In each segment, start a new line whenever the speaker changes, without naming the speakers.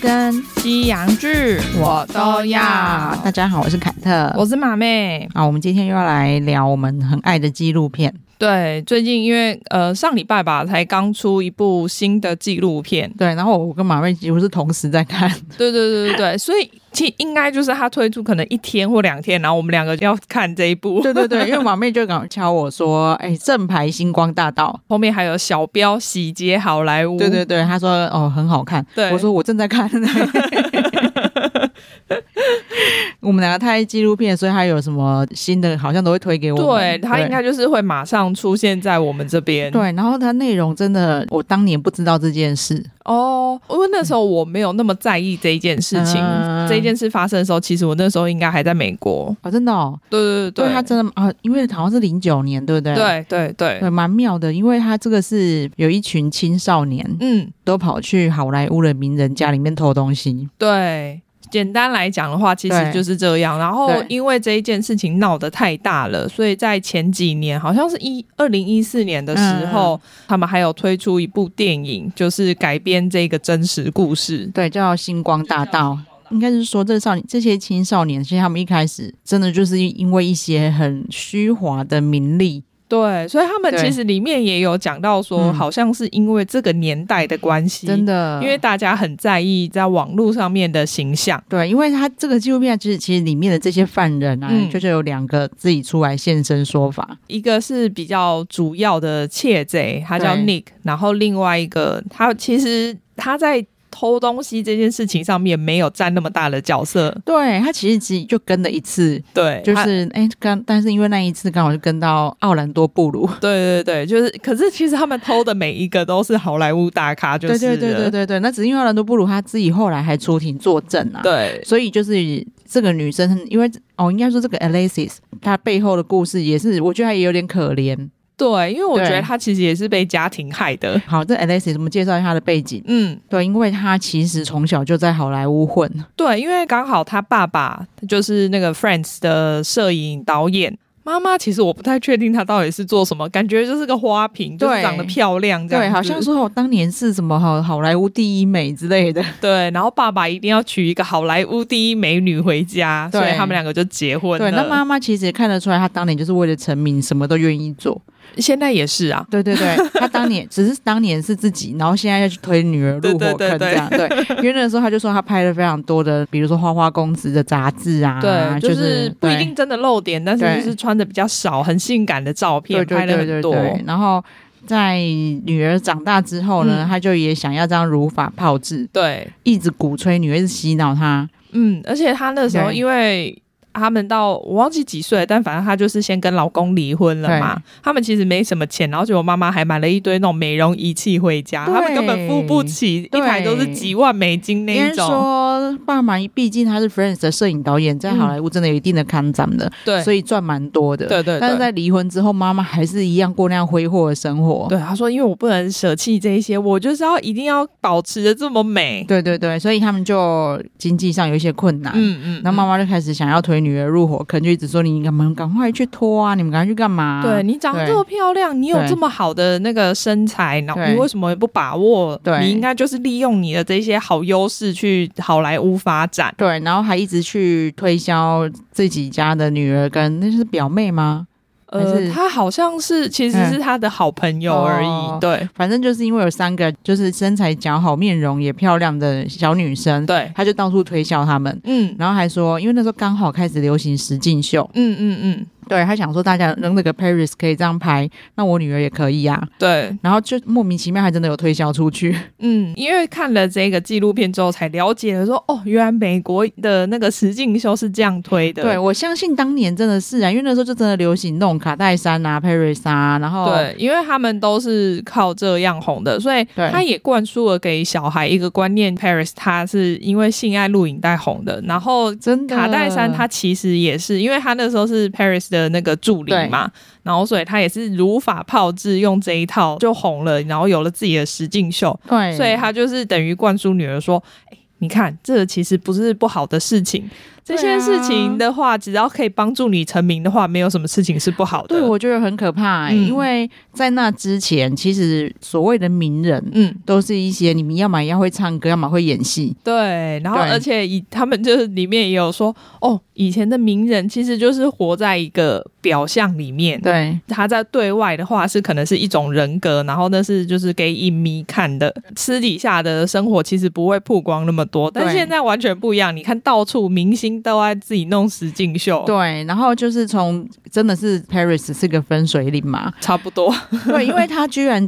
跟
西洋剧我都要。
大家好，我是凯特。
我是马妹。
啊，我们今天又要来聊我们很爱的纪录片。
对，最近因为呃上礼拜吧，才刚出一部新的纪录片。
对，然后我跟马瑞几乎是同时在看。
对对对对 对，所以其实应该就是它推出可能一天或两天，然后我们两个要看这一部。
对对对，因为马妹就赶快敲我说：“哎、正牌星光大 道。
后面还有小标喜结好莱”坞。
对对对，她说：“哦，很好看。”
对
我说：“我正在看。” 我们两个太爱纪录片，所以他有什么新的，好像都会推给我们。
对，它应该就是会马上出现在我们这边。
对，然后它内容真的，我当年不知道这件事。
哦，因为那时候我没有那么在意这一件事情。
嗯
这一件事发生的时候，其实我那时候应该还在美国。
哦，真的哦，
对对
对他真的啊，因为好像是零九年，对不对？
对对对
对，蛮妙的，因为他这个是有一群青少年
嗯，
都跑去好莱坞的名人家里面偷东西，
对。简单来讲的话，其实
对
就是这样。然后
对
因为这一件事情闹得太大了，所以在前几年，好像是一二零一四年的时候，
嗯
他们还有推出一部电影，就是改编这个真实故事。
对，叫星光大道。应该是说，这少年这些青少年，其实他们一开始真的就是因为一些很虚华的名利，
对，所以他们
对
其实里面也有讲到说，
嗯
好像是因为这个年代的关系，
真的，
因为大家很在意在网络上面的形象。
对，因为他这个纪录片，就是其实里面的这些犯人啊，
嗯
就是有两个自己出来现身说法，
一个是比较主要的窃贼，他叫
对
Nick，然后另外一个他其实他在偷东西这件事情上面没有占那么大的角色，
对他其实只就跟了一次，
对，
就
他
是哎，刚、但是因为那一次刚好就跟到奥兰多布鲁，
对对对，就是可是其实他们偷的每一个都是好莱坞大咖，就是
对对对对
对
对对，那只是因为奥兰多布鲁他自己后来还出庭作证啊，，
对
所以就是这个女生，因为哦，应该说这个 Alexis 她背后的故事也是，我觉得她也有点可怜。
对，因为我
对
觉得他其实也是被家庭害的，
好，这 Alexis 我们介绍一下她的背景。
嗯，
对，因为她其实从小就在好莱坞混，
对，因为刚好他爸爸就是那个 Friends 的摄影导演。妈妈其实我不太确定她到底是做什么，感觉就是个花瓶，就是
对
长得漂亮这样
对，好
子
像说我当年是什么好好莱坞第一美之类的。
对，然后爸爸一定要娶一个好莱坞第一美女回家，
对
所以他们两个就结婚了。
对，那妈妈其实也看得出来，她当年就是为了成名，什么都愿意做。
现在也是啊，
对对对，他当年只是当年是自己，然后现在要去推女儿入火
对
坑
对对对
这样。 对，因为那个时候他就说他拍了非常多的，比如说《花花公子》的杂志啊，
对，
就
就是不一定真的露点，但
对
是就是穿的比较少，很性感的照
对
片
对
拍了
对
很
对
多。
对。然后在女儿长大之后呢，
嗯
他就也想要这样如法炮制，
对，
一直鼓吹女儿，一直洗脑她。
嗯，而且她那时候
对
因为。他们到我忘记几岁，但反正她就是先跟老公离婚了嘛。他们其实没什么钱，然后结果妈妈还买了一堆那种美容仪器回家，
对
他们根本付不起，一
对
台都是几万美金那
别
一
人
种。
说爸妈，毕竟他是 Friends 的摄影导演，在好莱坞真的有一定的看涨的，
对，
所以赚蛮多的。
对对对
但是在离婚之后，妈妈还是一样过那样挥霍的生活。
对，他说，因为我不能舍弃这一些，我就是要一定要保持的这么美。
对对对，所以他们就经济上有一些困难。
嗯嗯，
然后妈妈就开始想要推女儿入火坑，就一直说你赶忙赶快去拖啊，你们赶快去干嘛、
对你长得这么漂亮，你有
对
这么好的那个身材，然后
对
你为什么不把握？
对
你应该就是利用你的这些好优势去好莱坞发展。
对，然后还一直去推销自己家的女儿跟那是表妹吗？还
呃
是，嗯
他好像是其实是他的好朋友而已。
哦
对
反正就是因为有三个就是身材姣好、面容也漂亮的小女生，
对，
她就到处推销她们。
嗯
然后还说，因为那时候刚好开始流行实境秀，
嗯嗯嗯，
对她想说大家扔那个 Paris 可以这样拍，那我女儿也可以啊。
对，
然后就莫名其妙还真的有推销出去。
嗯，因为看了这个纪录片之后，才了解了说，哦，原来美国的那个实境秀是这样推的。
对，我相信当年真的是啊，因为那时候就真的流行那种卡戴珊啊、Paris 啊，然后
对，因为他们都是靠这样红的，所以
对
他也灌输了给小孩一个观念：Paris 他是因为性爱录影带红的，然后
真的
卡戴珊他其实也是，因为他那时候是 Paris 的那个助理嘛，然后所以他也是如法炮制，用这一套就红了，然后有了自己的实境秀，
对，
所以他就是等于灌输女儿说。哎你看，这其实不是不好的事情。这
啊
些事情的话，只要可以帮助你成名的话，没有什么事情是不好的。
对，我觉得很可怕、欸
嗯
因为在那之前，其实所谓的名人
嗯，
都是一些你们要么要会唱歌，要么会演戏。
对，然后
对
而且以他们就是里面也有说，哦，以前的名人其实就是活在一个表象里面。
对，
他在对外的话是可能是一种人格，然后那是就是给影迷看的，私底下的生活其实不会曝光那么多。但
对
现在完全不一样，你看到处明星都爱自己弄实境秀，，，
对，然后就是从真的是 Paris 是个分水岭嘛
差不多。
对，因为他居然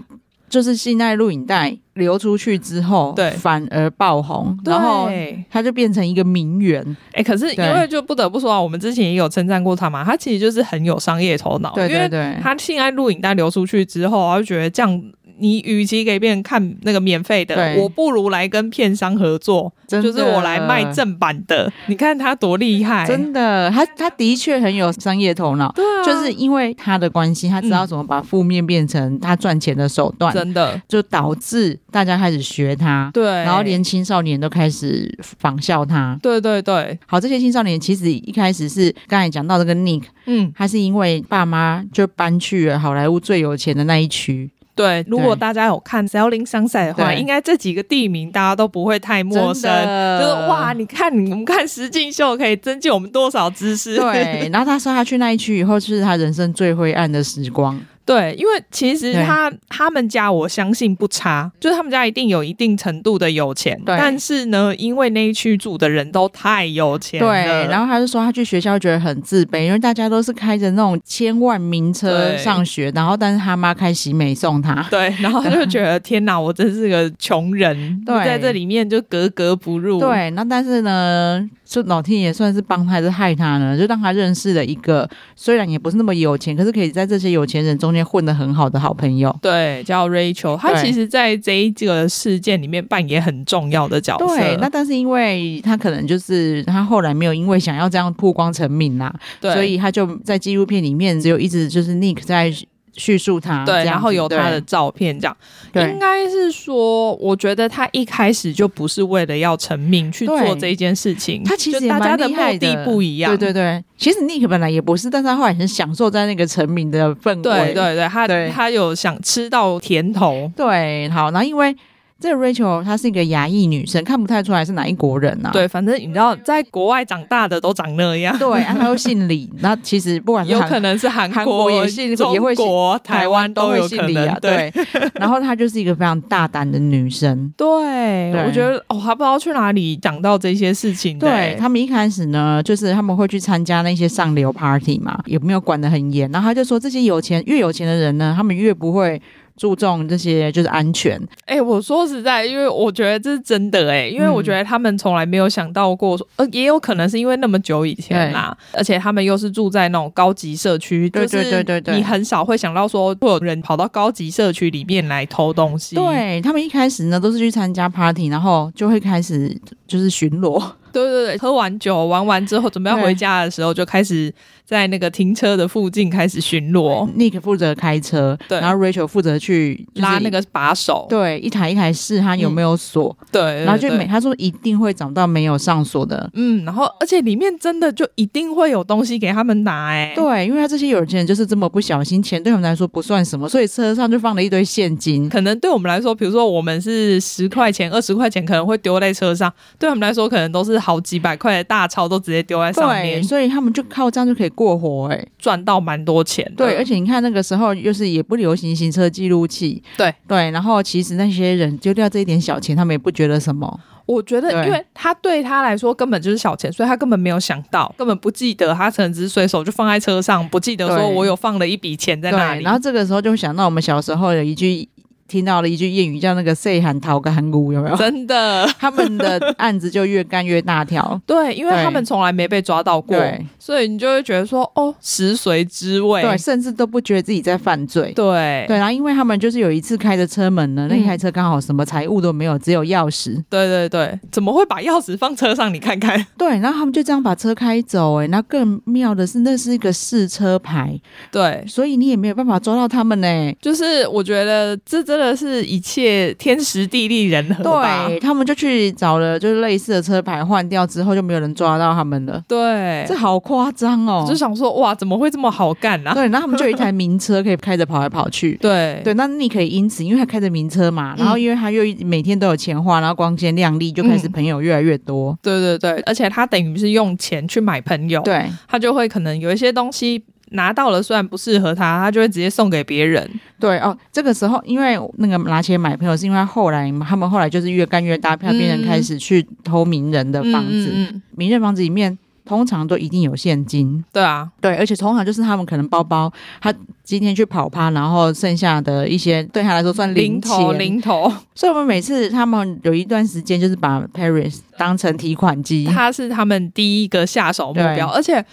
就是信赖录影带流出去之后，
对
反而爆红，然
然
后
后
他就变成一个名媛，
哎、可是因
对
为就不得不说啊，我们之前也有称赞过他嘛，他其实就是很有商业头脑，
对
因为
对对，
他性爱录影带流出去之后啊，他就觉得这样，你与其给别人看那个免费的，
对
我不如来跟片商合作，
真
就是
的
我来卖正版的。你看他多厉害，
真的，他他的确很有商业头脑，
对啊，嗯
就是因为他的关系，他知道怎么把负面变成他赚钱的手段，
真的
就导致大家开始学他，
对，
然后连青少年都开始仿效他。
对对对，
好，这些青少年其实一开始是刚才讲到这个 Nick，
嗯，
他是因为爸妈就搬去了好莱坞最有钱的那一区，
对。如果大家有看《Selling Sunset》的话，
对
应该这几个地名大家都不会太陌生
真。的
就是哇，，你看我们看实境秀可以增进我们多少知识？
对。然后他说他去那一区以后，就是他人生最灰暗的时光。
对，因为其实
对
他他们家我相信不差，就是他们家一定有一定程度的有钱，
对
但是呢，因为那一区住的人都太有钱
对
了，，
然后他就说他去学校觉得很自卑，因为大家都是开着那种千万名车
对
上学，然后但是他妈开喜美送他。
对，然后他就觉得天哪，我真是个穷 人，
对
在这里面就格格不入，，
对，那但是呢，就老天也算是帮他还是害他呢？就让他认识了一个虽然也不是那么有钱，可是可以在这些有钱人中间混得很好的好朋友。
对，叫 Rachel，她
对
其实在这一个事件里面扮演很重要的角色，
对，那但是因为他可能就是他后来没有因为想要这样曝光成名啦，
对
所以他就在纪录片里面只有一直就是 Nick 在叙述他，
对，
啊这样子
然后有他的照片这样。
对
应该是说，我觉得他一开始就不是为了要成名去
对
做这一件事情，
他其实
就
也
大家
蛮
的
厉害
目
的
的不一样，
对对对，其实 Nick 本来也不是，但是他后来很享受在那个成名的氛围。
对对对，他
对
他有想吃到甜头，
对好，然后因为这个 Rachel 她是一个亚裔女生，看不太出来是哪一国人啊。
对，反正你知道，在国外长大的都长那样，
对，啊她又姓李，那其实不管是
有
韩
可能是韩
韩国也是
中
也会姓
国、台湾
都会
有可
姓李
能，
啊，对。 然后她就是一个非常大胆的女生。
对，
对
我觉得哦，还不知道去哪里讲到这些事情的、欸
对他们一开始呢，就是他们会去参加那些上流 party 嘛，也没有管得很严。然后他就说，这些有钱越有钱的人呢，他们越不会注重这些就是安全。
哎、我说实在，因为我觉得这是真的哎、因为我觉
嗯
得他们从来没有想到过说，呃，也有可能是因为那么久以前啦，而且他们又是住在那种高级社区，
对对对对
就是
对
你很少会想到说会有人跑到高级社区里面来偷东西，
对他们一开始呢，都是去参加 party，然后就会开始就是巡逻。
对对对，喝完酒玩完之后，准备要
对
回家的时候，就开始在那个停车的附近开始巡逻，
Nick 负责开车，
对
然后 Rachel 负责去、就是
拉那个把手，
对一台一台试他有没有锁，
对对嗯对
然后就每
对
他说一定会找到没有上锁的。
嗯，然后而且里面真的就一定会有东西给他们拿哎、
对，因为他这些有钱人就是这么不小心，钱对他们来说不算什么，所以车上就放了一堆现金。
可能对我们来说，比如说我们是十块钱、二十块钱，可能会丢在车上；对他们来说，可能都是好几百块的大钞，都直接丢在上
对，
面，
所以他们就靠这样就可以过活哎、
赚到蛮多钱的。
对，而且你看那个时候又是也不流行行车记录器，
对
对，然后其实那些人丢掉这一点小钱，他们也不觉得什么。
我觉得，
对
因为他对他来说根本就是小钱，所以他根本没有想到，根本不记得，他可能只是随手就放在车上，不记得说
对
我有放了一笔钱在
对，
那里。
然后这个时候就会想到我们小时候有一句听到了一句谚语，叫那个“岁喊讨个韩股”，有没有？
真的
他们的案子就越干越大 条。
对，因为他们从来没被抓到过，
对
所以你就会觉得说，哦，食髓知味。
对，甚至都不觉得自己在犯罪。
对
对，然后因为他们就是有一次开着车门呢，那
嗯
台车刚好什么财物都没有，只有钥匙。
对对对，怎么会把钥匙放车上？你看看。
对，然后他们就这样把车开走、哎，那更妙的是，那是一个试车牌，
对，
所以你也没有办法抓到他们呢、
就是我觉得这真真的是一切天时地利人和吧？
对他们就去找了，就是类似的车牌换掉之后，就没有人抓到他们了。
对
这好夸张哦！
就想说哇，怎么会这么好干啊？
对，然后他们就有一台名车可以开着跑来跑去。
对
对，那你可以因此，因为他开着名车嘛，
嗯
然后因为他又每天都有钱花，然后光鲜亮丽，就开始
嗯
朋友越来越多。
对对对，而且他等于是用钱去买朋友，
对，
他就会可能有一些东西拿到了，虽然不适合他，他就会直接送给别人。
对哦，这个时候因为那个拿钱买朋友，是因为他后来他们后来就是越干越大，票，变成开始去偷名人的房子，
嗯嗯嗯
名人房子里面通常都一定有现金。
对啊，
对，而且通常就是他们可能包包，他今天去跑趴，然后剩下的一些对他来说算
零头
钱。
零头，
所以我们每次他们有一段时间就是把 Paris 当成提款机。
他是他们第一个下手目标，而且。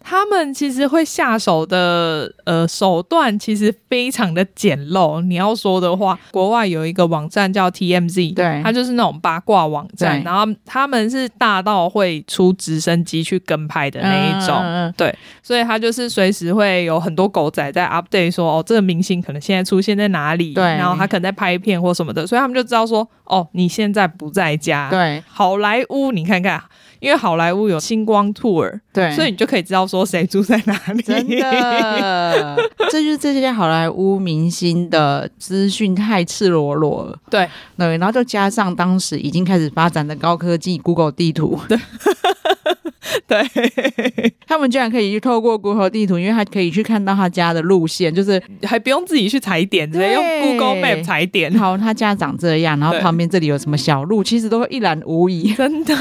他们其实会下手的呃手段其实非常的简陋。你要说的话，国外有一个网站叫 TMZ，
嗯对
它就是那种八卦网站，
对
然后他们是大到会出直升机去跟拍的那一种。
嗯嗯嗯
所以他就是随时会有很多狗仔在 update 说，哦，这个明星可能现在出现在哪里，
对
然后他可能在拍片或什么的，所以他们就知道说，哦，你现在不在家。，
对
好莱坞你看看，因为好莱坞有星光 tour，
对，
所以你就可以知道说谁住在哪里。
真的，这就是这些好莱坞明星的资讯太赤裸裸了。
对
对，然后就加上当时已经开始发展的高科技 Google 地图，
对，
他们居然可以去透过 Google 地图，因为他可以去看到他家的路线，就是
还不用自己去踩点，直接用
对
Google Map 踩点。
好他家长这样，然后
对
旁边这里有什么小路，其实都会一览无遗，
真的，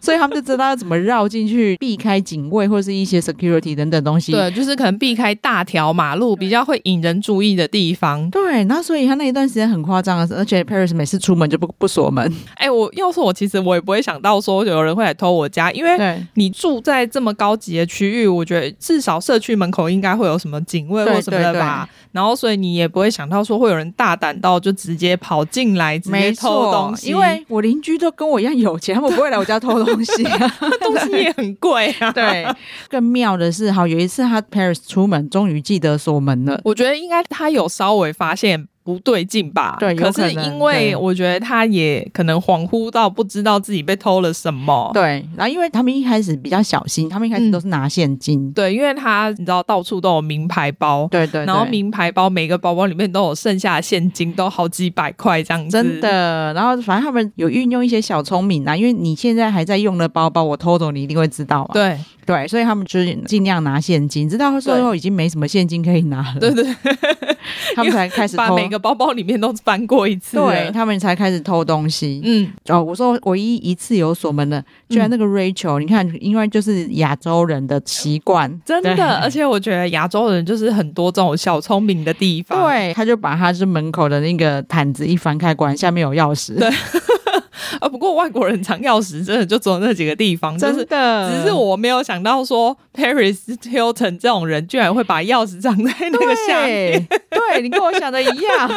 所以他们就知道要怎么绕进去，避开警卫或是一些 security 等等东西。
对，就是可能避开大条马路比较会引人注意的地方。
对，那所以他那一段时间很夸张，而且 Paris 每次出门就不不锁门。
哎、我要是我，其实我也不会想到说有人会来偷我家，因为
对，
你住在这么高级的区域，我觉得至少社区门口应该会有什么警卫
对
或什么的吧。然后，所以你也不会想到说会有人大胆到就直接跑进来，直接
没
偷
错
东，西，
因为我邻居都跟我一样有钱，他们不会来我家偷东西、啊。
东西也很贵 啊。
对， 更妙的是，好有一次他 Paris 出门，终于记得锁门了。
我觉得应该他有稍微发现不对劲吧。
对有
可
可
是
能
因为
对
我觉得他也可能恍惚到不知道自己被偷了什么。
对，然后因为他们一开始比较小心，他们一开始都是拿现金。
对，因为他你知道到处都有名牌包。
对对对，
然后名牌包每个包包里面都有剩下的现金，都好几百块这样子，
真的，然后反正他们有运用一些小聪明啊，因为你现在还在用的包包，我偷走你一定会知道嘛。
对，
对，所以他们就是尽量拿现金，直到最后已经没什么现金可以拿了，
对对，
他们才开始
把
偷。
每个包包里面都翻过一次。
对，他们才开始偷东西。
嗯，
哦，我说唯一一次有锁门的，居然那个 Rachel，、你看，因为就是亚洲人的习惯，
真
对
的，而且我觉得亚洲人就是很多这种小聪明的地方。。
对，他就把他是门口的那个毯子一翻开，果然下面有钥匙，
对 啊，不过外国人藏钥匙真的就只有那几个地方，就
真
是。
的，
只是我没有想到说 Paris Hilton 这种人居然会把钥匙藏在那
对
个下面。
对你跟我想的一 样。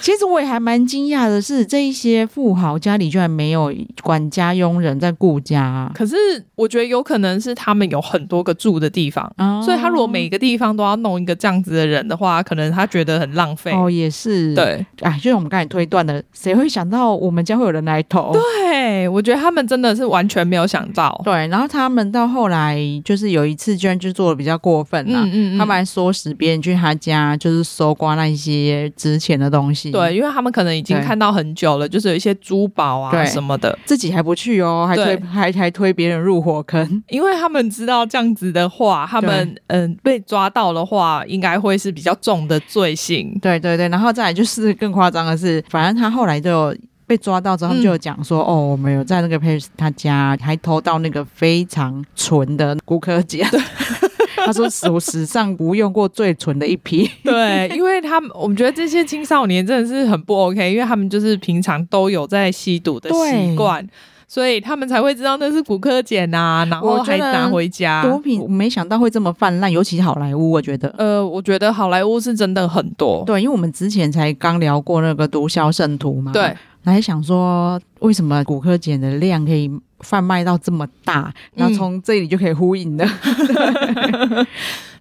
其实我也还蛮惊讶的是，这一些富豪家里居然没有管家佣人在顾家，
可是我觉得有可能是他们有很多个住的地方，
哦
所以他如果每个地方都要弄一个这样子的人的话，可能他觉得很浪费。
哦也是，
对，
哎，就像我们刚才推断的，谁会想到我们家会有人来投？
对，我觉得他们真的是完全没有想到。
对，然后他们到后来就是有一次，居然就做的比较过分啦、
嗯
他们还唆使别人去他家，就是搜刮那一些值钱的东西。，
对，因为他们可能已经
对
看到很久了，就是有一些珠宝啊
对
什么的，
自己还不去哦，还推
对
还还推别人入火坑。
因为他们知道这样子的话，他们嗯被抓到的话，应该会是比较重的罪 行。
对对对，然后再来就是 更夸张的是，反正他后来就有被抓到之后，他们就有讲说，哦，我们有在那个佩斯他家还偷到那个非常纯的骨科碱。 他说史史上无用过最纯的一批。
对，因为他们，我们觉得这些青少年真的是很不 OK，因为他们就是平常都有在吸毒的习
对
惯，所以他们才会知道那是骨科碱啊，然后
我觉
还
得
拿回家。
毒啊品我没想到会这么泛滥，尤其是好莱坞，我觉得。
呃，我觉得好莱坞是真的很多，
对，因为我们之前才刚聊过那个毒枭圣徒嘛，
对，
还想说为什么骨科碱的量可以嗯贩卖到这么大，然后从这里就可以呼应的，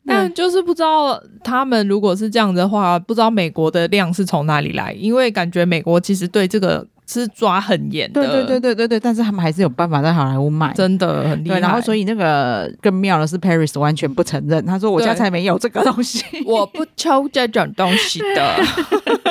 但就是不知道他们如果是这样的话，不知道美国的量是从哪里来，因为感觉美国其实对这个是抓很严的，
对 对对对对对，但是他们还是有办法在好莱坞卖。
真的很厉害。
对，然后所以那个更妙的是，Paris 完全不承认，他说我家
对
才没有这个东西，
我不抽这种东西的，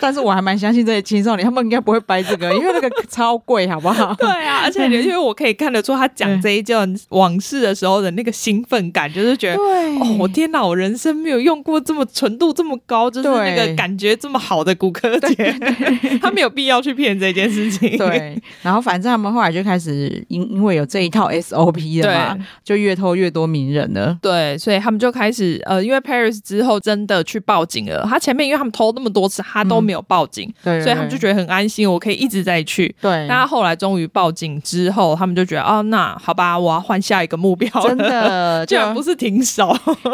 但是我还蛮相信这些青少年，他们应该不会掰这个，因为那个超贵，好不 好？
对啊，而且因为我可以看得出他讲这一件往事的时候的那个兴奋感，就是觉得。
对
哦，我天哪！我人生没有用过这么纯度这么高，就是那个
对
感觉这么好的骨科节， 他没有必要去骗这件事情。
对，然后反正他们后来就开始因因为有这一套 SOP 了
对
嘛，就越偷越多名人了。
对，所以他们就开始呃，因为 Paris 之后真的去报警了。他前面因为他们偷那么多次，他都没有报警，
对，
所以他们就
得
觉得很安心，我可以一直在去。
对，
那他后来终于报警之后，他们就觉得哦，那好吧，我要换下一个目标了。
真， 的
居然不是停手。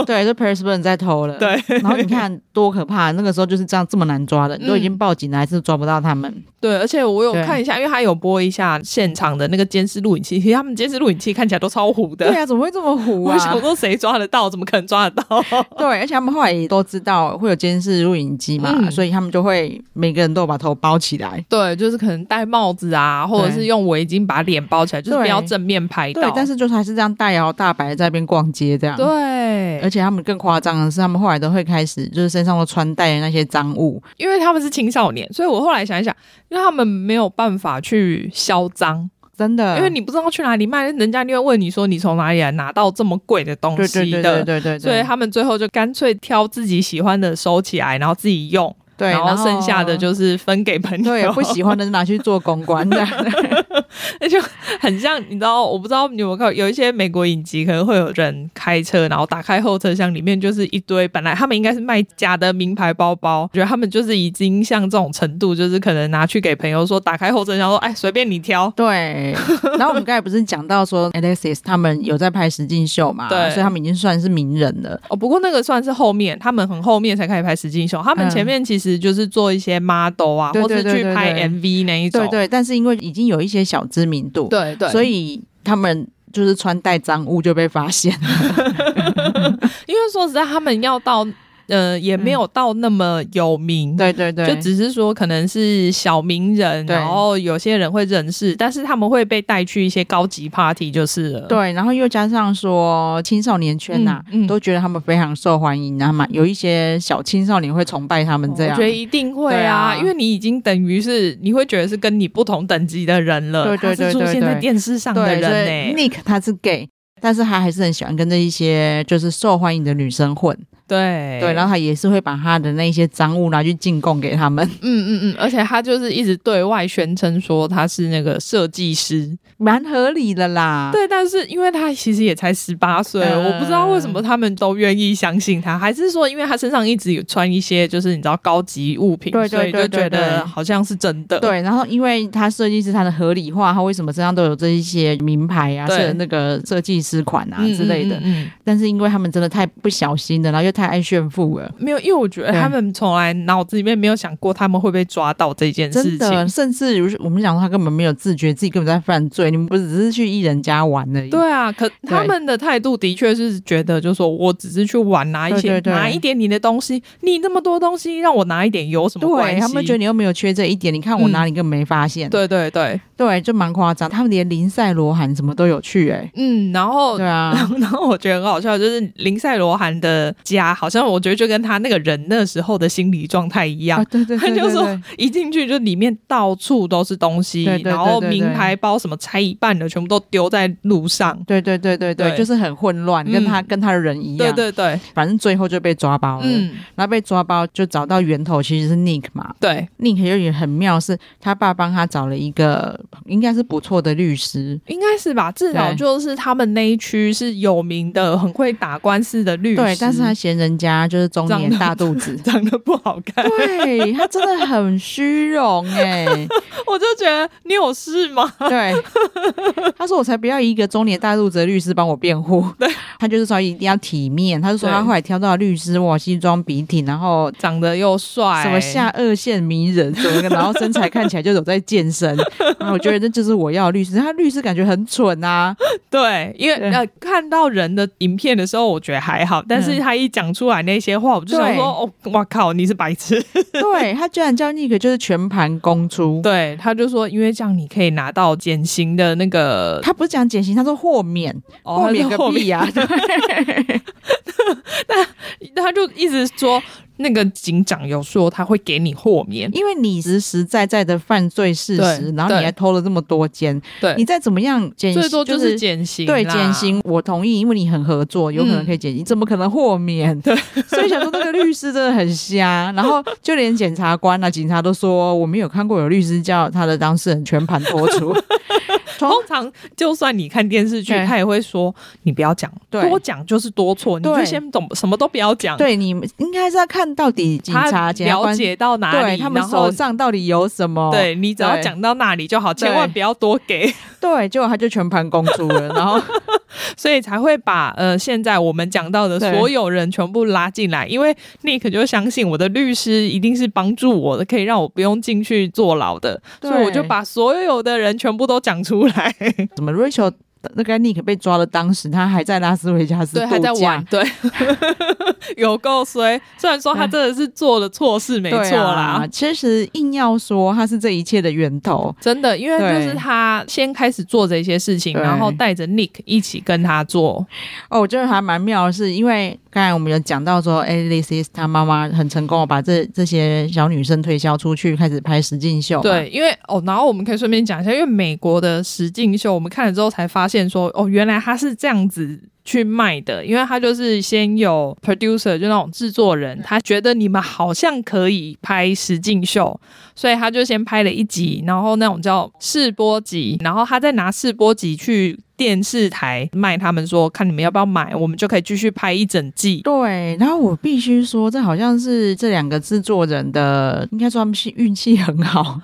对，这 Paris 不能再偷了。
对，
然后你看多可怕，那个时候就是这样这么难抓的，你都已
嗯
经报警了，还是抓不到他们。
对，而且我有
对
看一下，因为他有播一下现场的那个监视录影器，其实他们监视录影器看起来都超糊的。
对啊，怎么会这么糊
我想
啊？
说谁抓得到？怎么可能抓得到？
对，而且他们后来也都知道会有监视录影机嘛，
嗯
所以他们就会每个人都有把头包起来。
对，就是可能戴帽子啊，或者是用围巾把脸包起来，就是不
对
要正面拍到
对。，但是就是还是这样大摇大摆在那边逛街这样。而
对，
且他们更夸张的是，他们后来都会开始就是身上都穿戴的那些赃物，
因为他们是青少年，所以我后来想一想，因为他们没有办法去销赃，
真的，
因为你不知道去哪里卖，人家一定会问你说你从哪里来拿到这么贵的东
对对
西
对
的。
对对对，
所以他们最后就干脆挑自己喜欢的收起来，然后自己用。
对，
然后剩下的就是分给朋友，
对不喜欢的就拿去做公关的，
那就 很像，你知道，我不知道你有没有看，有一些美国影集可能会有人开车，然后打开后车厢，里面就是一堆本来他们应该是卖假的名牌包包，我觉得他们就是已经像这种程度，就是可能拿去给朋友说，打开后车厢说，哎，随便你挑。
对。然后我们刚才不是讲到说 Alexis 他们有在拍实境秀嘛，
对
所以他们已经算是名人了，
哦，不过那个算是后面，他们很后面才开始拍实境秀，他们
嗯
前面其实就是做一些 model 啊，
对对
或
对
是去
对
拍
对
MV 那一种
对。对。但是因为已经有一些小知名度，
对对
所以他们。就是穿戴赃物就被发 现，
因为说实在，他们要到呃，也没有到那么有名，
嗯对对对，
就只是说可能是小名人，
对
然后有些人会认识，但是他们会被带去一些高级 party 就是了。
对，然后又加上说青少年圈呐、啊
嗯嗯
都觉得他们非常受欢迎啊嘛，有一些小青少年会崇拜他们
哦。
这样。
我觉得一定会
对
啊，
啊
因为你已经等于是你会觉得是跟你不同等级的人了，
对对对
他是出现
对
在
对
电视上的
对，
人欸呢、
所以 Nick 他是 gay，但是他还是很喜欢跟着一些就是受欢迎的女生混。
对
对，然后他也是会把他的那一些赃物拿去进贡给他们，
嗯嗯嗯，而且他就是一直对外宣称说他是那个设计师，
蛮合理的啦。
对，但是因为他其实也才十八岁，
啊嗯
我不知道为什么他们都愿意相信他，还是说因为他身上一直有穿一些就是你知道高级物品，
对对
所以就
对对
觉得
对
好像是真 的。
对，然后因为他设计师他的合理化，他为什么身上都有这一些名牌啊，
对
是那个设计师款啊
嗯
之类的？
嗯嗯嗯
但是因为他们真的太不小心了，然后又太爱炫富了。
没有，因为我觉得
对
他们从来脑子里面没有想过他们会被抓到这件事
真的，
情。
甚至如我们讲，他根本没有自觉，自己根本在犯罪。你们不是只是去艺人家玩而已。
对啊，可他们的态度的确是觉得，就是说我只是去玩，拿一
对
些
对对
拿一点你的东西，你那么多东西让我拿一点有什么关
对，
系？
他们觉得你又没有缺这一点，你看我
嗯
哪里根本没发现。
对对对，
对，就蛮夸张。他们连林赛罗韩什么都有去、欸，
嗯，然后
对啊
然，后，然后我觉得很好笑，就是林赛罗韩的家，好像我觉得就跟他那个人那时候的心理状态一 样。
啊对对对
他就
对
说
对
一进去就里面到处都是东西，
对对对
然后
对对
名牌包什么拆一半的全部都丢在路上。
对对对对
对
对，就是很混乱，
嗯
跟他跟他的人一
对
样。，
对对，
反正最后就被抓包了。
嗯，
然后被抓包就找到源头，其实是 Nick 嘛。
对，
Nick 有点很妙，是他爸帮他找了一个应该是不错的律师。
应该是吧。至少
对
就是他们那一区是有名的，很会打官司的律师，
对，但是他嫌人家就是中
长
年
得，
大肚子
长得不好看，
对他真的很虚荣哎、
我就觉得你有事吗？
对，他说我才不要一个中年大肚子的律师帮我辩护，对，他就是说一定要体面，他就说
对
他后来挑到了律师，哇，西装笔挺，然后
长得又帅，
什么下
哎
颚线迷人，怎么个，然后身材看起来就有在健身，然后我觉得这就是我要的律师，他律师感觉很蠢啊，
对，嗯因为
对
呃看到人的影片的时候，我觉得还好，但是他一讲出来那些话，我就想说，哦，哇靠，你是白痴。
对他居然叫 Nick 就是全盘公出，
对，他就说，因为这样你可以拿到减刑的那个，
他不是讲减刑，他说豁免，
哦
豁免
他
个
说豁
屁
免
呀、对
他就一直说那个警长有说他会给你豁免，
因为你实实在在的犯罪事实
对，
然后你
对
还偷了这么多间，
对，
你再怎么样减刑，
最多就是是减刑，
对减。刑，我同意，因为你很合作，
嗯
有可能可以减刑，怎么可能豁免？对， 所以想说那个律师真的很瞎，然后就连检察官啊、警察都说我们有看过有律师叫他的当事人全盘托 出，从
通常就算你看电视剧
哦对，
他也会说你不要讲，
对
多讲就是多错，你就
对
先懂什么都不要讲。，
对你们应该是要看到底警察、
他
检察
了
官。
解到哪
对
里，
他们
然后
手上到底有什么？
对你只要
对
讲到那里就好，
对
千万不要多给，
对，结果他就全盘公出了，然后
所以才会把呃现在我们讲到的
对
所有人全部拉进来，因为 Nick 就相信我的律师一定是帮助我的，可以让我不用进去坐牢的，
对
所以我就把所有的人全部都讲出来，
怎么 Rachel 那个 Nick 被抓的当时，他还在拉斯维加斯
对，还在
度假
玩，对， 有够衰。虽然说他真的是做了错事，没
对
错啦。
啊。其实硬要说，他是这一切的源头。
真的，因为
对
就是他先开始做这些事情，
对
然后带着 Nick 一起跟他做，
哦，我觉得还蛮妙的是，因为刚才我们有讲到说，哎，This is 他妈妈很成功地把这这些小女生推销出去，开始拍实境秀嘛。
对，因为哦，然后我们可以顺便讲一下，因为美国的实境秀，我们看了之后才发现说，哦，原来他是这样子去卖的，因为他就是先有 producer，就那种制作人，他觉得你们好像可以拍实境秀，所以他就先拍了一集，然后那种叫试播集，然后他再拿试播集去。电视台卖，他们说看你们要不要买，我们就可以继续拍一整季。
对，然后我必须说，这好像是这两个制作人的，应该说他们是运气很 好。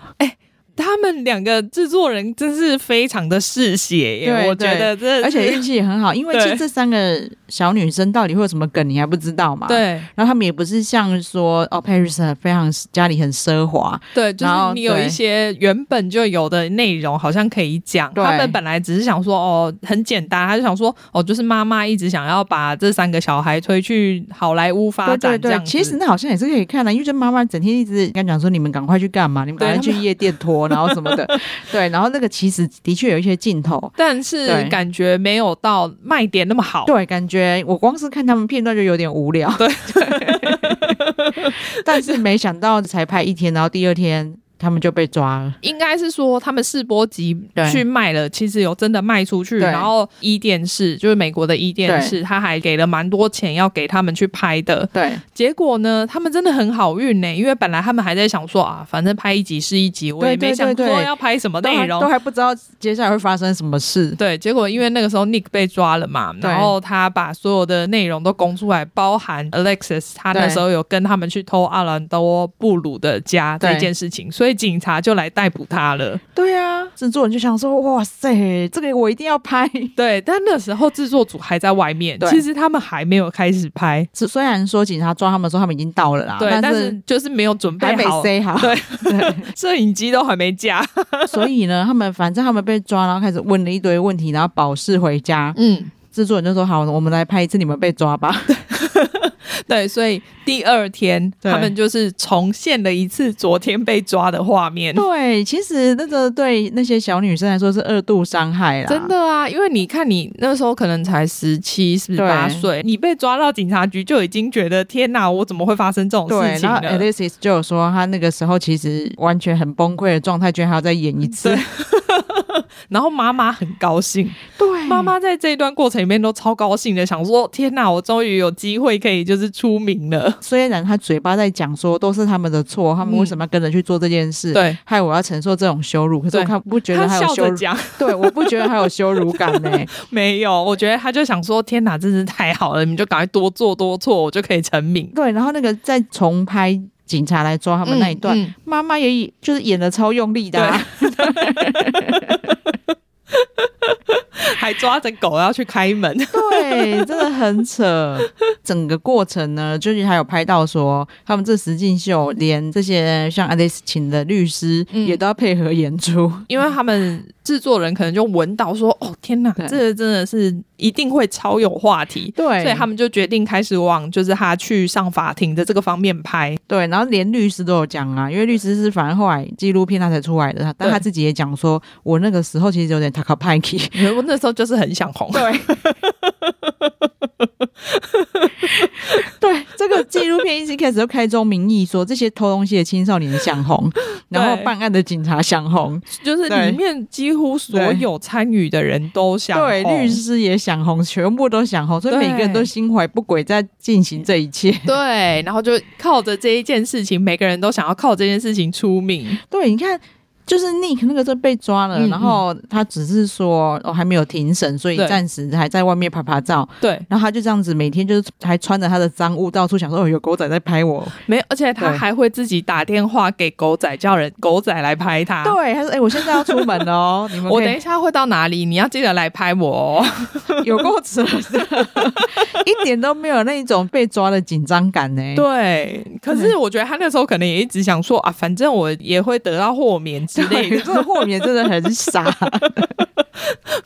他们两个制作人真是非常的嗜血
对
耶，我觉得真的是，
而且运气也很好，因为
对
其实这三个小女生到底会有什么梗，你还不知道嘛。。
对，
然后他们也不是像说哦，Paris 很非常家里很奢华，
对，就
然后
是你有
对
一些原本就有的内容，好像可以讲。
对
他们本来只是想说，哦，很简单，他就想说，哦，就是妈妈一直想要把这三个小孩推去好莱坞发
对对
展这
对
样，子。
其实那好像也是可以看的、因为这妈妈整天一直跟她讲说你们赶快去干嘛，你们赶快
对
去夜店拖，然后什 么的，对，然后那个其实的确有一些镜头，
但是
对
感觉没有到卖点那么好。
对，感觉我光是看他们片段就有点无聊，对， 但是没想到才拍一天，然后第二天他们就被抓了，
应该是说他们试播集
对
去卖了，其实有真的卖出去。
对
然后一电视就是美国的一电视，他还给了蛮多钱要给他们去拍的。
对
结果呢，他们真的很好运呢、因为本来他们还在想说啊，反正拍一集是一集，我
对
也
对
没想
对
说
对
要拍什么
都
内
还
容
都。还不知道接下来会发生什么事，
对，结果因为那个时候 Nick 被抓了嘛，
对
然后他把所有的内容都供出来，包含 Alexis 他那
对
时候有跟他们去偷阿兰多布鲁的家
对
这件事情，所以警察就来逮捕他了。
对啊，制作人就想说，哇塞，这个我一定要拍。
对，但那时候制作组还在外面
对，
其实他们还没有开始拍，
是虽然说警察抓他们的时候，他们已经到了啦，
对，但
但
是就是没有准
还
备
没
好，
塞好，
对摄影机都还没架。
所以呢，他们反正他们被抓，然后开始问了一堆问题，然后保释回家。
嗯，
制作人就说：“好，我们来拍一次你们被抓 吧。
对，所以第二天
对
他们就是重现了一次昨天被抓的画”面。
对，其实那个对那些小女生来说是二度伤害啦，
真。的啊，因为你看，你那时候可能才十七、十八
对
岁，你被抓到警察局就已经觉得天哪，我怎么会发生这种
对
事，情啊
然后
呢？
Alexis 就有说，她那个时候其实完全很崩溃的状态，居然还要再演一次。
然后妈妈很高兴，
对
妈妈在这一段过程里面都超高兴的，想说天哪，我终于有机会可以就是出名了。
虽然她嘴巴在讲说都是他们的错，他们为
嗯
什么要跟着去做这件事，
对，
害我要承受这种羞辱，可是我
对
看不觉得
他
还
笑
有羞
着
辱，
讲，
对，我不觉得还有羞辱感呢、
没有，我觉得他就想说天哪，真是太好了，你们就赶快多做多错，我就可以成名。
对，然后那个再重拍警察来抓他们那一段，
嗯嗯
妈妈也以就是演的超用力的啊、
还抓着狗要去开 门。
对，真的很扯。整个过程呢，就是还有拍到说，他们这实境秀连这些像 Alice 请的律师
嗯
也都要配合演出。
因为他们制作人可能就闻到说，哦天哪，
对
这个真的是一定会超有话题，
对，
所以他们就决定开始往就是他去上法庭的这个方面拍。
对，然后连律师都有讲啊，因为律师是反正后来纪录片他才出来的，但他自己也讲说，我那个时候其实有点 t a k a p a n k i
我那时候就是很想红，对，
对，这个纪录片一直开始就开宗明义说，这些偷东西的青少年想 红，然后办案的警察想红，
就是
对
里面几乎所有参与的人都想
对，
红
律。师也想红，全部都想红，所以
对
每个人都心怀不轨在进行这一切。
对，然后就靠着这一件事情，每个人都想要靠这件事情出名。
对，你看。就是 Nick 那个就被抓了，
嗯嗯
然后他只是说哦还没有庭审，所以
对
暂时还在外面拍拍照。
对，
然后他就这样子每天就是还穿着他的脏物到处想说，哦，有狗仔在拍我。
没有，而且他
对
还会自己打电话给狗仔，叫人狗仔来拍他。
对，他说，哎、我现在要出门了哦， 你们
我
可以
等一下会到哪里？你要记得来拍我、哦。
有够扯的，一点都没有那一种被抓的紧张感呢、
对，啊可是我觉得他那时候可能也一直想说啊，反正我也会得到豁免之类
对，
的。
这个豁免真的很 傻。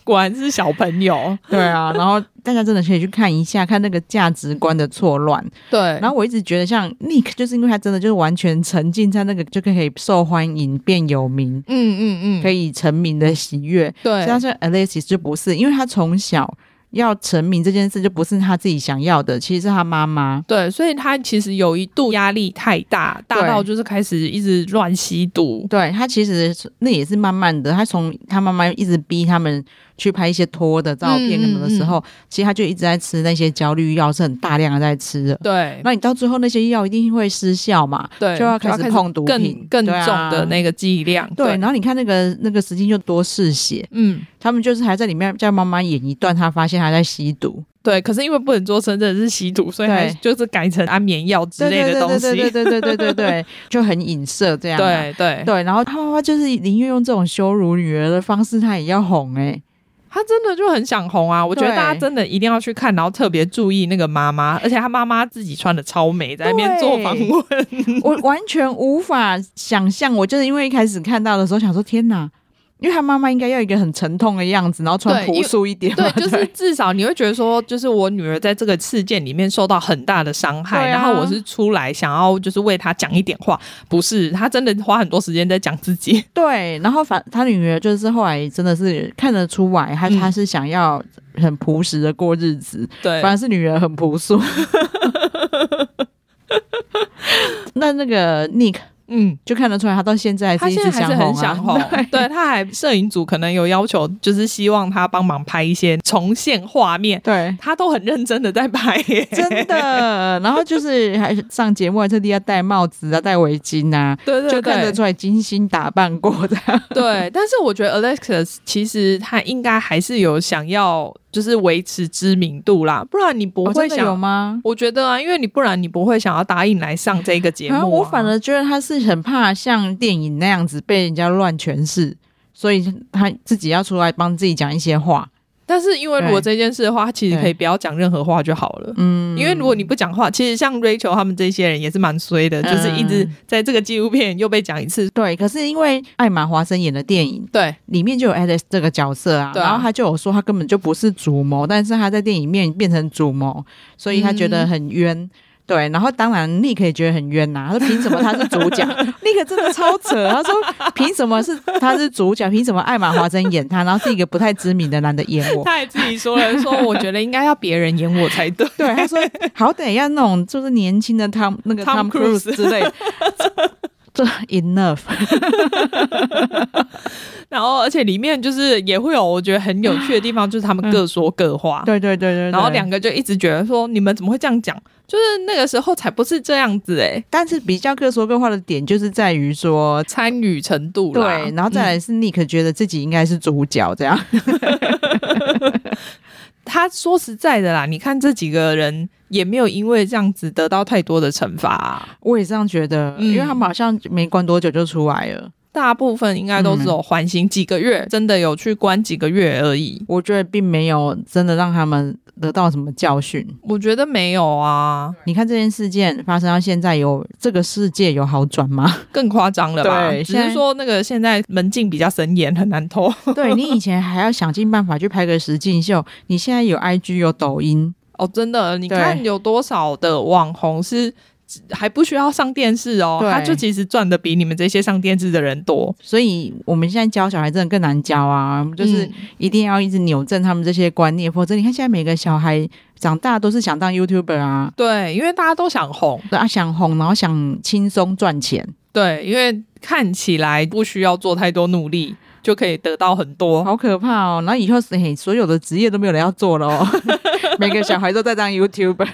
果然是小朋友，
对啊，然后大家真的可以去看一下，看那个价值观的错乱。
对，
然后我一直觉得像 Nick，就是因为他真的就是完全沉浸在那个就可以受欢迎、变有名、
嗯嗯嗯，
可
以
以成名的喜悦，
对，
加上 Alexis 就不是，因为他从小要成名这件事就不是他自己想要的，其实是他妈妈。
对，所以他其实有一度压力太大，大
对
到就是开始一直乱吸毒。
对他其实是那也是慢慢的，他从他妈妈一直逼他们去拍一些托的照片什么
嗯
的时候，其实他就一直在吃那些焦虑药，是很大量的在吃的。
对
那你到最后那些药一定会失效嘛？
对，
就要开始碰毒
更
品
更
对啊
重的那个剂量。
对，然后你看那个那个石金就多嗜血，
嗯，
他们就是还在里面叫妈妈演一段，他发现他在吸毒，
对。可是因为不能做真正是吸毒，所以还
对
就是改成安眠药之
对
类的东西。
对对对对对对对对，就很影射这样、啊。
对对，
对，然后他妈妈就是宁愿用这种羞辱女儿的方式，她也要哄哎、
他真的就很想红啊！我觉得
对
大家真的一定要去看，然后特别注意那个妈 妈，而且她妈妈自己穿的超美，在那边做访问。啊
我完全无法想象，我就是因为一开始看到的时候想说天哪，因为她妈妈应该要一个很沉痛的样子，然后穿
对因为
朴素一点嘛，
对，就是至少你会觉得说，就是我女儿在这个事件里面受到很大的伤害，
对啊
然后我是出来想要就是为她讲一点话，不是她真的花很多时间在讲自己。
对，然后反她女儿就是后来真的是看得出来，她
嗯
她是想要很朴实的过日子，
对
反而是女儿很朴 素。那那个 Nick
嗯，
就看得出来，他到现在
她
一
现
直
在还
想
是
红啊，
很想红， 对，她还摄影组可能有要求，就是希望她帮忙拍一些重现画面，
对。
她都很认真的在拍耶。
真的，然后就是还上节目还特地要戴帽子啊，戴围巾啊，
对对对，
就看得出来精心打扮过的。
对，但是我觉得 Alexis 其实他应该还是有想要，就是维持知名度啦，不然你 不
我
会
真的
想。
有吗？
我觉得啊，因为你不然你不会想要答应来上 这个节目、
啊
啊。
我反而觉得他是很怕像电影那样子被人家乱诠释，所以他自己要出来帮自己讲一些话。
但是因为如果这件事的话，他其实
对
可以不要讲任何话就好了。
嗯，
因为如果你不讲话，其实像 Rachel 他们这些人也是蛮衰的，就是一直在这个纪录片又被讲一次。
对，可是因为艾玛华森演的电影
对
里面就有 Alice 这个角色啊，
对啊
然后他就有说他根本就不是主谋，但是他在电影里面变成主谋，所以他觉
嗯
得很冤。对，然后当然 Nick 也觉得很冤啊呐、他说凭什么他是主 角？Nick 真的超扯，他说凭什么是他是主角？凭什么艾玛华森演他，然后是一个不太知名的男的演 我？
他也自己说了，说我觉得应该要别人演我才 对。
对，他说好歹要那种就是年轻的 Tom 那个 Tom
Tom Cruise
Cruise 之 类的，这 enough。
然后而且里面就是也会有我觉得很有趣的地方，就是他们各说各话。
对对对对对，
然后两个就一直觉得说，你们怎么会这样讲？就是那个时候才不是这样子哎、
但是比较各说各话的点就是在于说，
参与程度啦嗯
对，然后再来是 Nick 觉得自己应该是主角这样，
他说实在的啦，你看这几个人也没有因为这样子得到太多的惩罚啊、
我也这样觉得，
嗯
因为他们好像没关多久就出来了，
大部分应该都只有缓刑几个月，真的有去关几个月而已。
我觉得并没有真的让他们得到什么教训。
我觉得没有啊，
你看这件事件发生到现在有，这个世界有好转吗？
更夸张了吧？
对
只
现在
是说那个现在门禁比较森严，很难偷。
对你以前还要想尽办法去拍个实境秀，你现在有 IG 有抖音，
哦，真的，你
对
看有多少的网红是还不需要上电视哦，
对
他就其实赚的比你们这些上电视的人多。
所以我们现在教小孩真的更难教啊，我们就是
嗯
一定要一直扭正他们这些观念，否则你看现在每个小孩长大都是想当 YouTuber 啊，
对，因为大家都想红，
对啊想红，然后想轻松赚钱，
对，因为看起来不需要做太多努力就可以得到很多。
好可怕哦！然后以后嘿，所有的职业都没有人要做了 哦，每个小孩都在当 YouTuber，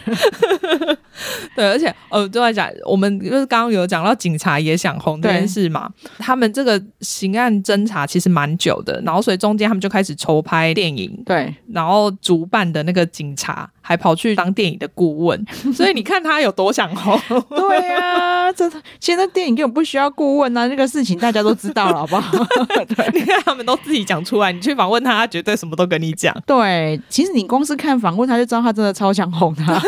对，而且呃，就在讲我们就是刚刚有讲到警察也想红这件
对
事嘛，他们这个刑案侦查其实蛮久的，然后所以中间他们就开始筹拍电影，
对，
然后主办的那个警察还跑去当电影的顾 问，所以你看他有多想哦红。
对呀、啊，这现在电影根本不需要顾问啊，这个事情大家都知道了，好不好？
你看他们都自己讲出来，你去访问他，他绝对什么都跟你讲。
对，其实你光是看访问他就知道他真的超想红他。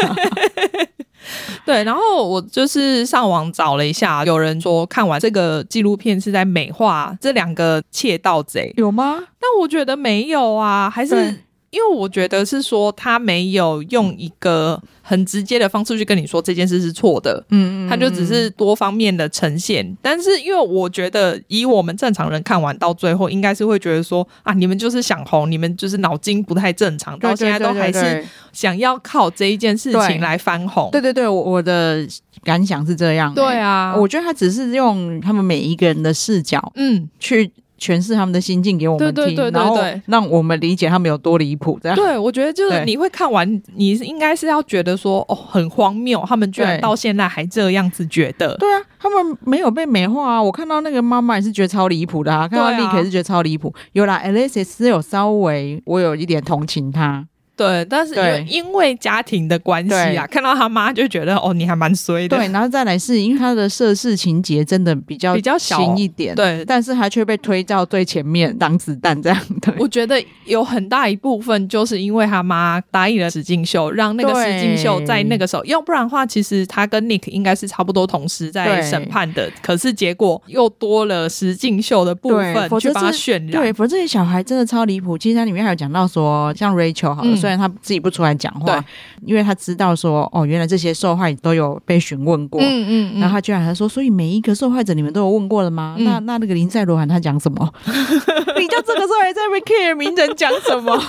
对，然后我就是上网找了一下，有人说看完这个纪录片是在美化这两个窃盗贼，
有吗？
但我觉得没有啊，还
对
是。因为我觉得是说他没有用一个很直接的方式去跟你说这件事是错的，
嗯
他就只是多方面的呈现。但是因为我觉得，以我们正常人看完到最后，应该是会觉得说啊，你们就是想红，你们就是脑筋不太正
嗯
常，到现在都还是想要靠这一件事
对
情来翻红。
对对对，我我的感想是这样、欸
对啊，
我觉得他只是用他们每一个人的视角
嗯，
去诠释他们的心境给我们听，
对对对对
然后
对
让我们理解他们有多离谱。这样
对，我觉得就是
对
你会看完，你应该是要觉得说哦，很荒谬，他们居然
对
到现在还这样子觉得。
对啊，他们没有被美化啊！我看到那个妈妈也是觉得超离谱的啊，看到
对啊
Nick 也是觉得超离谱。有啦，Alexis 是有稍微我有一点同情他，
对，但是因为
对
因为家庭的关系啊，看到他妈就觉得哦，你还蛮衰的。
对，然后再来是因为他的涉事情节真的比较
比较小
新一点，
对，
但是他却被推到最前面挡子弹这样的。
我觉得有很大一部分就是因为他妈答应了石敬秀，让那个
对
石敬秀在那个时候，要不然的话，其实他跟 Nick 应该是差不多同时在
对
审判的，可是结果又多了石敬秀的部
对
分
否则
去把它
这
渲染。
对，不过这些小孩真的超离谱。其实它里面还有讲到说，像 Rachel 好了，
嗯
虽然她自己不出来讲话
对，
因为她知道说，哦，原来这些受害都有被询问过。
嗯
然后他居然还说，所以每一个受害者你们都有问过了吗？
嗯
那那那个林赛罗涵他讲什么？ 你叫这个时候还在 care 名人讲什么？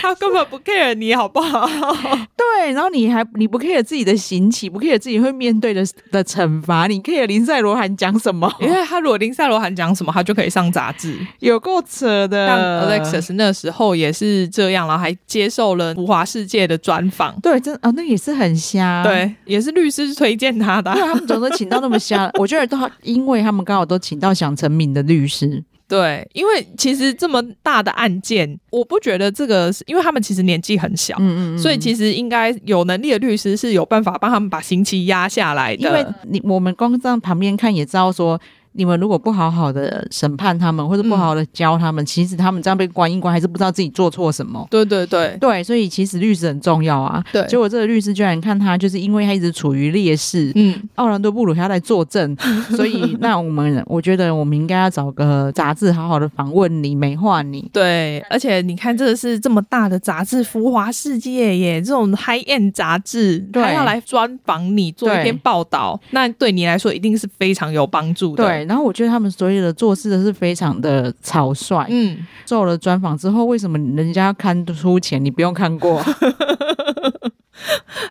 他根本不 care 你好不 好？
对，然后你还你不 care 自己的刑期，不 care 自己会面对的的惩罚，你 care 林赛罗涵讲什 么？
因为他如果林赛罗涵讲什么，他就可以上杂志。呃
有够扯的。
像 Alexis 那时候也是这样，然后还接受了《浮华世界》的专访。
对，真哦，那也是很瞎。。
对，也是律师推荐 他的啊、
对他们总是请到那么瞎，我觉得都因为他们刚好都请到想成名的律师，
对，因为其实这么大的案件，我不觉得这个是，因为他们其实年纪很小，
嗯
所以其实应该有能力的律师是有办法帮他们把刑期压下来的。
因为你我们光站旁边看也知道说，你们如果不好好的审判他们，或者不好好的教他们，其实他们这样被关一关，还是不知道自己做错什么。
对对对
对，所以其实律师很重要啊。
对
结果这个律师居然看他，就是因为他一直处于劣势，
嗯，
奥兰多布鲁他来作证， 所以那我们我觉得我们应该要找个杂志好好的访问你，美化你。
对，而且你看，这个是这么大的杂志《浮华世界》耶，这种 high end 杂志，
对
还要来专访你做一
对
篇报道，那对你来说一定是非常有帮助的。，
对，然后我觉得他们所有的做事都是非常的草率。
嗯，
受了专访之后，为什么人家要看出钱，你不用看过？啊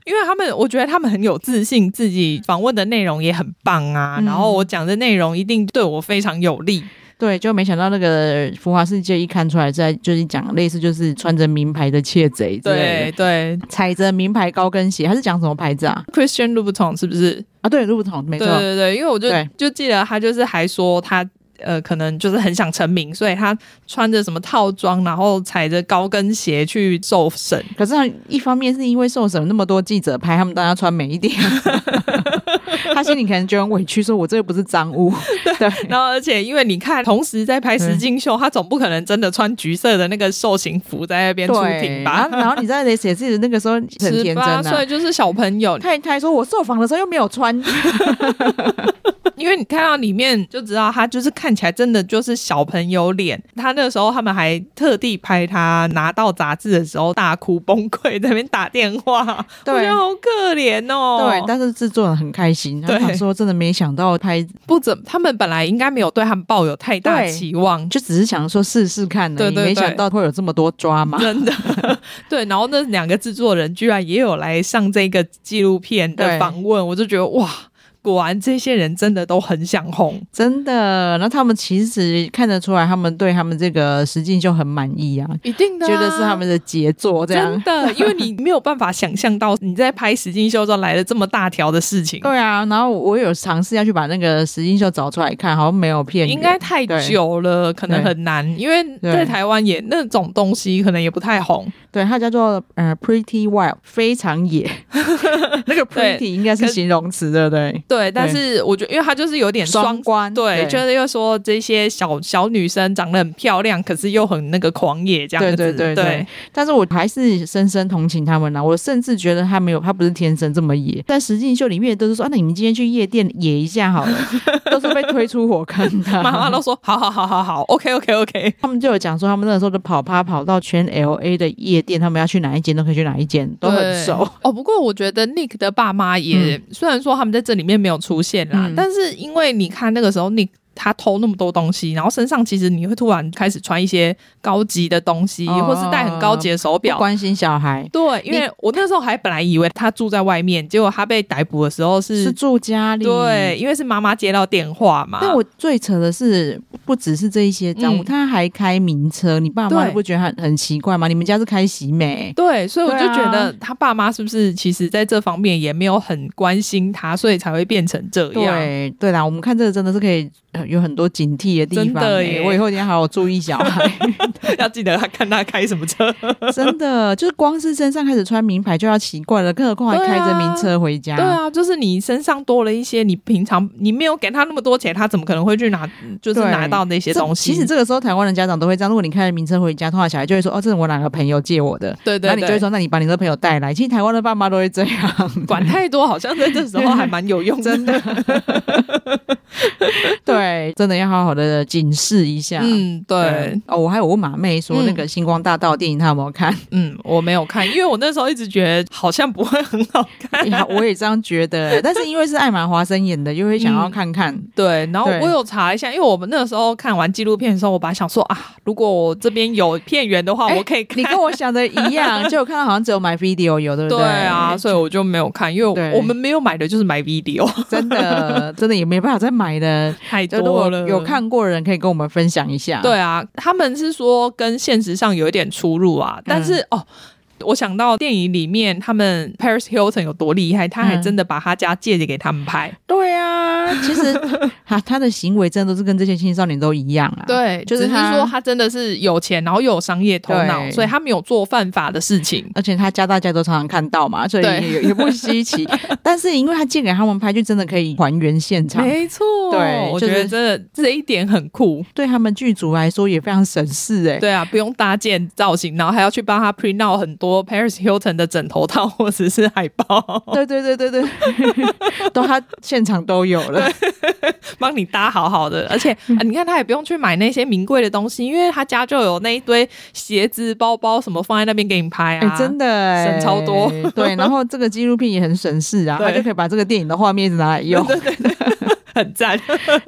因为他们，我觉得他们很有自信，自己访问的内容也很棒啊。
嗯
然后我讲的内容一定对我非常有利。
对，就没想到那个《浮华世界》一看出来，在就是讲类似就是穿着名牌的窃贼之类的，
对对
踩着名牌高跟鞋，他是讲什么牌子啊？
，Christian Louboutin 是不是？
啊，对，路不同，没
对
错，
对对，因为我就
对
就记得他就是还说他。呃，可能就是很想成名，所以他穿着什么套装，然后踩着高跟鞋去受 审。
可是他一方面是因为受审那么多记者拍，他们当然要穿美一点。他心里可能觉得很委屈，说我这个不是脏污，对，
然后而且因为你看，同时在拍实境秀，他总不可能真的穿橘色的那个受刑服在那边出庭
对，然后？
吧
然后你在那里写自己的那个时候很
十
天真
八
啊，
岁就是小朋友，
太太说：“我受访的时候又没有穿。
因为你看到里面就知道他就是看起来真的就是小朋友脸。他那时候他们还特地拍他拿到杂志的时候大哭崩溃，在那边打电话，
对
我觉得好可怜哦。
对，但是制作人很开心，他
对
想说真的没想到拍，
不怎，他们本来应该没有对他们抱有太大
对
期望，
就只是想说试试看的，
对对
没
对
想到会有这么多抓嘛。
真的对。然后那两个制作人居然也有来上这个纪录片的
对
访问，我就觉得哇，果然这些人真的都很想红。
真的，那他们其实看得出来，他们对他们这个实境秀很满意啊，
一定的、
觉得是他们的杰作这
真
样。
的，因为你没有办法想象到你在拍实境秀的时候来了这么大条的事情，
对啊，然后我有尝试要去把那个实境秀找出来看，好像没有骗人。
应该太久了，可能
对
很难，因为在台湾也那种东西可能也不太红。
对它叫做呃 Pretty Wild，非常 野。那个
对
Pretty 应该是
可
形容词，对不对？
对，但是我觉得，因为它就是有点双
双关
对，就是又说这些小小女生长得很漂亮，可是又很那个狂野这样子，
对对
对
对对但是我还是深深同情他们啦。我甚至觉得他没有，他不是天生这么 野。在实境秀里面都是说，啊、那你们今天去夜店野一下 好了，都是被推出火坑的。
妈妈都说好好好好好，OK OK OK，
他们就有讲说，他们那个时候的跑趴跑到全 L A 的夜店，他们要去哪一间都可以去哪一间，都很熟。
哦。不过我觉得 Nick 的爸妈也、虽然说他们在这里面没有出现啦，
嗯
但是因为你看那个时候 Nick。他偷那么多东西，然后身上其实你会突然开始穿一些高级的东西，
哦
或是戴很高级的手
不
表。
关心小孩，
对，因为我那时候还本来以为他住在外面，结果他被逮捕的时候是
是住家里。
对，。因为是妈妈接到电话嘛。
但我最扯的是，不只是这一些赃物，
嗯
他还开名车，你爸妈
对
都不觉得很很奇怪吗？你们家是开喜美，
对，所以我就
对啊
觉得他爸妈是不是其实在这方面也没有很关心他，所以才会变成这样。
对对啦，我们看这个真的是可以、呃有很多警惕的地
真
方、
的
欸
耶
我以后一定要好好注意小孩，
要记得他看他开什么车。
真的就是光是身上开始穿名牌就要奇怪了，更何况还
对啊
开着名车回家。
对啊，就是你身上多了一些，你平常你没有给他那么多钱，他怎么可能会去拿，就是
对
拿到那些
这
东西？
其实这个时候台湾的家长都会这样，如果你开着名车回家，通常小孩就会说：“哦，这是我哪个朋友借我的。”
对
然
对
后你就会
对，
说：“那你把你的朋友带来。”其实台湾的爸妈都会这 样，
管太多好像在这时候还蛮有用
真
的。
对，真的要好好的警示一下。
嗯，对，
哦，我还有问马妹说
嗯
那个《星光大道》电影她有没有看？
嗯，我没有看，因为我那时候一直觉得好像不会很好看。
呀，我也这样觉得，但是因为是艾玛华森演的，就会想要看看。
对，然后
对
我有查一下，因为我们那时候看完纪录片的时候，我本来想说啊，如果我这边有片源的话，
哎
我可以看。
你跟我想的一 样，就我看到好像只有买 video 有，对不
对啊，，所以我就没有看，因为
对
我我们没有买的就是买 video，
真的，真的也没办法再买 了。
太
就如果
多了。
有看过的人，可以跟我们分享一下。
对啊，他们是说跟现实上有一点出入啊，
嗯
但是、哦。我想到电影里面，他们 Paris Hilton 有多厉害，他还
嗯
真的把他家借给他们拍。
对啊，其 实他他的行为真的都是跟这些青少年都一样啊。
对
就是
只是
他
说他真的是有钱，然后又有商业头脑，
对
所以他没有做犯法的事情。
而且他家大家都常常看到嘛，所以
对
也也不稀 奇。但是因为他借给他们拍，就真的可以还原现场，
没错，
对
我
就
觉
是
得真的这一点很酷。
对他们剧组来说也非常省事哎、
对啊，不用搭建造型，然后还要去帮他 print out 很多 Paris Hilton 的枕头套或者是海 报，
对对对对对， 都他现场都有了。
啊帮你搭好好的。而且、啊你看他也不用去买那些名贵的东西，因为他家就有那一堆鞋子、包包什么放在那边给你拍
哎、
啊，
真的、哎
省超多
对，然后这个纪录片也很省事啊，
对
他就可以把这个电影的画面一直拿来 用。
很 赞。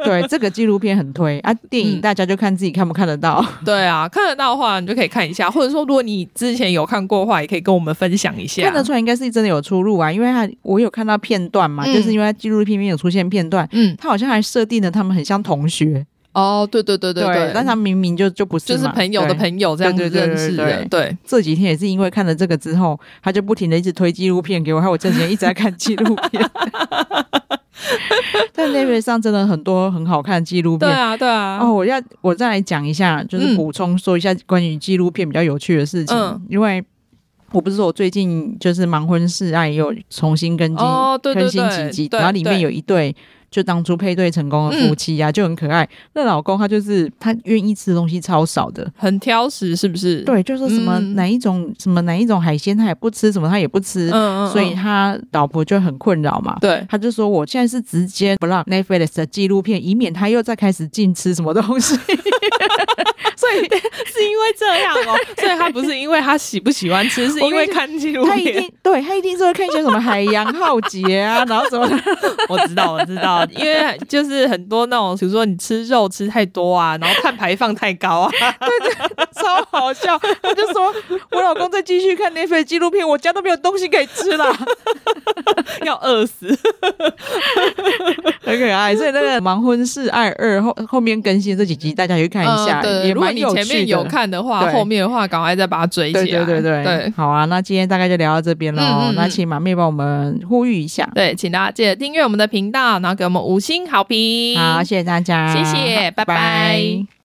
对，这个纪录片很推啊，电影
嗯
大家就看自己看不看得到。
对啊，看得到的话你就可以看一下，或者说如果你之前有看过的话，也可以跟我们分享一下。
看得出来应该是真的有出入啊，因为他我有看到片段嘛，
嗯
就是因为它纪录片里面有出现片段。
嗯，
他好像还设定了他们很像同学，
哦，对对对对
但他明明就就不是
就
嘛，
是朋友的
对。
朋友这样子
对对对
认识
对
的，
对
对。
这几天也是因为看了这个之后，他就不停的一直推纪录片给我，还有我这几天一直在看纪录片。 但 Netflix 上真的很多很好看的纪录
对
片。
啊，对啊，
哦，我要我再来讲一下，就是
嗯
补充说一下关于纪录片比较有趣的事情，
嗯
因为我不是说我最近就是《盲婚试爱》又重新更新、
哦对对对
更新几集，
对
然后里面有一对就当初配对成功的夫妻啊，就很可爱。那老公他就是他愿意吃的东西超少的，
很挑食是不是？
对，就是什么
嗯
哪一种、什么哪一种海鲜他也不吃，什么他也不吃，
嗯，嗯嗯，
所以他老婆就很困扰嘛。
对，
他就说：“我现在是直接 block Netflix 的纪录片，以免他又再开始禁吃什么东 西。所以
是因为这样哦， 所以他不是因为他喜不喜欢吃，是因为看纪录
他一
片。
定对他一定是会看一些什么海洋浩劫啊，然后什么的
我知道，我知道，因为就是很多那种，比如说你吃肉吃太多啊，然后碳排放太高啊，
超好笑。他就说：“我老公再继续看 Netflix 纪录片，我家都没有东西可以吃 了，
要饿死。
很可爱。”所以那个《盲婚试爱二》后后面更新这几集，大家去看一下，
嗯对，
也
如果
蛮
你
有
前
趣
面 有
的。
看的话，
对
后面的话赶快再把它追起
对
来。
对对对，
对
好啊，那今天大概就聊到这边喽。
嗯嗯嗯
那请马妹帮我们呼吁一下。
对请大家记得订阅我们的频道，然后给我们五星好评。
好，谢谢大家，
谢谢拜拜